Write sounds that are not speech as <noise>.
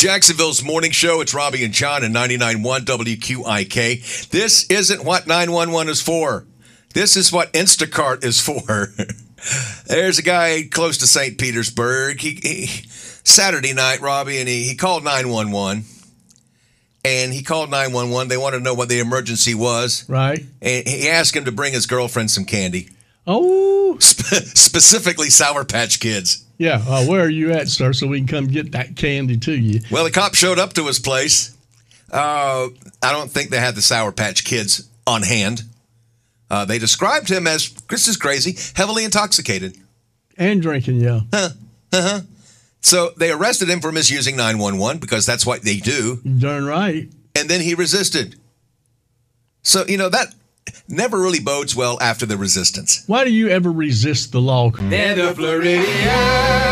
Jacksonville's morning show. It's Robbie and John at 99.1 WQIK. This isn't what 911 is for. This is what Instacart is for. <laughs> There's a guy close to St. Petersburg. He, he Saturday night, Robbie, and he, he called 911. And he called 911. They wanted to know what the emergency was. Right. And he asked him to bring his girlfriend some candy, <laughs> Oh, Spe- specifically Sour Patch Kids. yeah. Uh, where are you at, sir? So we can come get that candy to you. Well, the cop showed up to his place. Uh, I don't think they had the Sour Patch Kids on hand. Uh, they described him as Chris is crazy, heavily intoxicated. And drinking, yeah. So they arrested him for misusing 911 because that's what they do. You darn right. And then he resisted. So, you know, that never really bodes well after the resistance. Why do you ever resist the law? They're the Floridians.